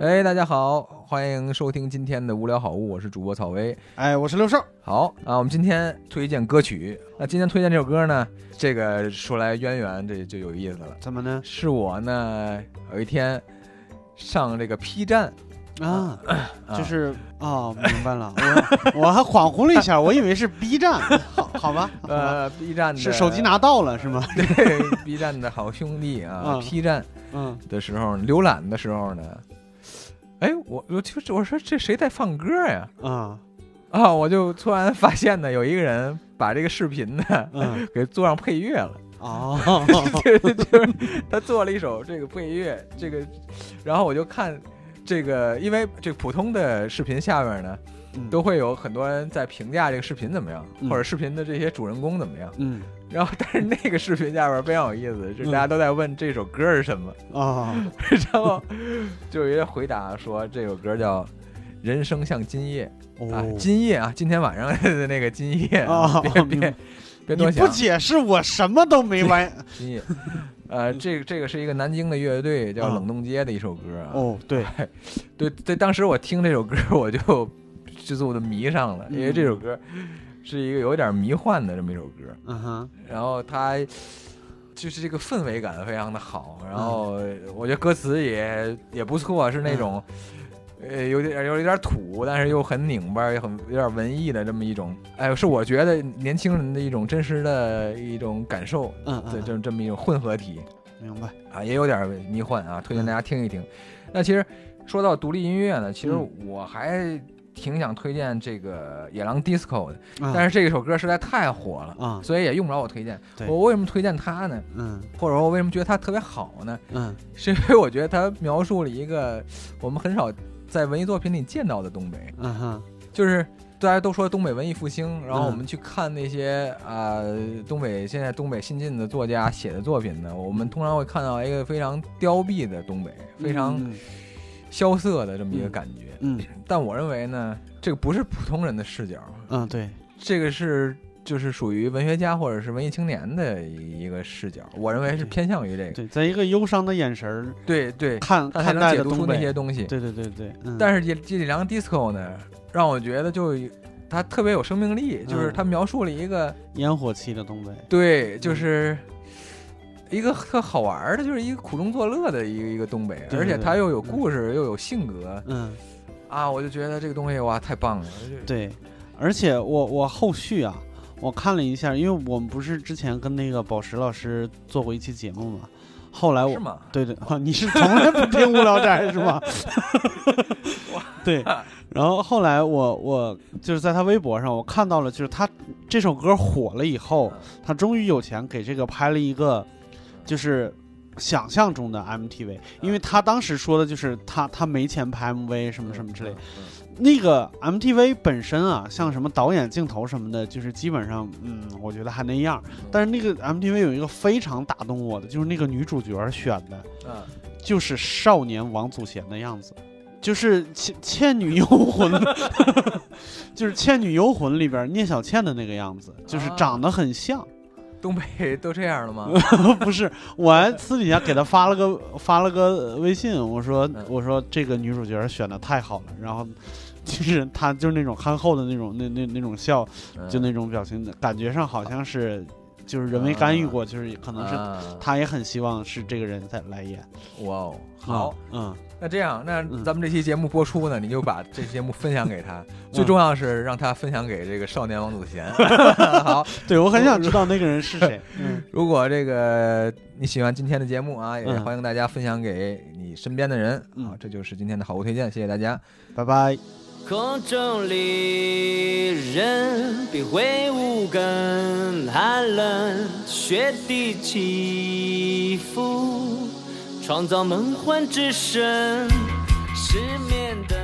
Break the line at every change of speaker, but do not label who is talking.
哎，大家好，欢迎收听今天的无聊好物，我是主播草薇。
哎，我是六兽，
好啊，我们今天推荐歌曲。那今天推荐这首歌呢，这个说来渊源，这就有意思了。
怎么呢？
是我呢有一天上这个 P 站，
啊，
啊、
就是哦，明白了，我 我还恍惚了一下，我以为是 B 站，好好吧，好 吧
呃 B 站的
啊是手机拿到了是吗？
对 B 站的好兄弟啊、
嗯
p 站
嗯，
的时候浏览的时候呢，哎，我我就我说这谁在放歌呀？
啊，
啊，我就突然发现呢，有一个人把这个视频呢
嗯，
给做上配乐了。
哦，
就是就是他做了一首这个配乐，这个，然后我就看这个，因为这个普通的视频下面呢，
嗯
都会有很多人在评价这个视频怎么样，
嗯
或者视频的这些主人公怎么样。
嗯，
然后，但是那个视频下面非常有意思，就是大家都在问这首歌是什么，
哦，
然后就有人回答说这首歌叫。人生像今夜啊，
哦，
今夜啊，今天晚上的那个今夜啊
哦
别
明
别
白
别
你
多
不
想，
解释，我什么都没完。
今夜，呃，这个这个是一个南京的乐队叫
啊
冷冻街的一首歌啊，
哦，对，
对对，当时我听这首歌， 我就自我的迷上了，因为这首歌是一个有点迷幻的这么一首歌，
嗯哼，
然后它就是这个氛围感非常的好，然后我觉得歌词也也不错，是那种。呃，有点有一点土，但是又很拧巴，又很有点文艺的这么一种，哎，是我觉得年轻人的一种真实的一种感受，
嗯
这
嗯，
这这么一种混合体。
明白。
啊，也有点迷幻啊，推荐大家听一听。那其实说到独立音乐呢，其实
嗯
我还挺想推荐这个野狼 disco 的，但
但
是这首歌实在太火了，
嗯啊，
所以也用不着我推荐。
对
我为什么推荐它呢？
嗯
或者说我为什么觉得它特别好呢？
嗯，
是因为我觉得它描述了一个我们很少在文艺作品里见到的东北，
嗯哼，
就是。大家都说东北文艺复兴，然后我
嗯
们去看那些啊、呃东北现在东北新晋的作家写的作品呢，我们通常会看到一个非常凋敝的东北，非常
嗯
萧瑟的这么一个感觉。
嗯
但我认为呢，这个不是普通人的视角，
嗯，对，
这个是就是属于文学家或者是文艺青年的一个视角。我认为是
对
偏向于这个。
对，在一个忧伤的眼神儿
对对，
看
他才
看
能
待
解
的
读出
东
那些
北，
东西。
对对对对，嗯
但是这这里两个 disco 呢，让我觉得就它特别有生命力，就是它描述了一个、
烟火气的东北，
对，
嗯
就是。一个特好玩儿的，就是一个苦中作乐的一个一个东北，
对
而且
对
它又有
嗯
故事，又有性格
嗯，
啊！我就觉得这个东西哇，太棒了！这
对，而且我我后续啊，我看了一下，因为我们不是之前跟那个宝石老师做过一期节目嘛，后来我
是吗？
对对 啊，你是从来不听无聊斋是吗？ 对，然后后来我我就是在他微博上，我看到了，就是他这首歌火了以
嗯
后，他终于有钱给这个拍了一个，就是想象中的 MTV，因为他当时说的就是他他没钱拍 MV 什么什么之类的。
嗯
那个 MTV 本身啊，像什么导演、镜头什么的，就是基本上，嗯，我觉得还那样。
嗯
但是那个 MTV 有一个非常打动我的，就是那个女主角选的，
嗯，
就是少年王祖贤的样子，就是《倩倩女幽魂》， 就是《倩女幽魂》里边聂小倩的那个样子，就是
啊
长得很像。
东北都这样了吗？
不是，我还私底下给她发了个发了个微信，我说
嗯
我说这个女主角选的太好了，然后。就是她就是那种憨厚的那种，那那那种笑，
嗯
就那种表情，感觉上好像是，就是人为干预过，就是可
可
能是
是
她也很希望是这个人在来演。
啊哇哦，好，，
嗯，
那这样，那
嗯
咱们这期节目播出呢，你就把这期节目分享给他，
嗯
最重要是让他分享给这个少年王祖 贤。 好，
嗯对我很想知道那个人 是谁。嗯，
如果这个你喜欢今天的节目啊，也
嗯
欢迎大家分享给你身边的人
嗯
啊。这就是今天的好物推荐，谢谢大家。
拜拜。
空中里，人比挥舞更寒冷，雪地起伏，创造梦幻之声，失眠的。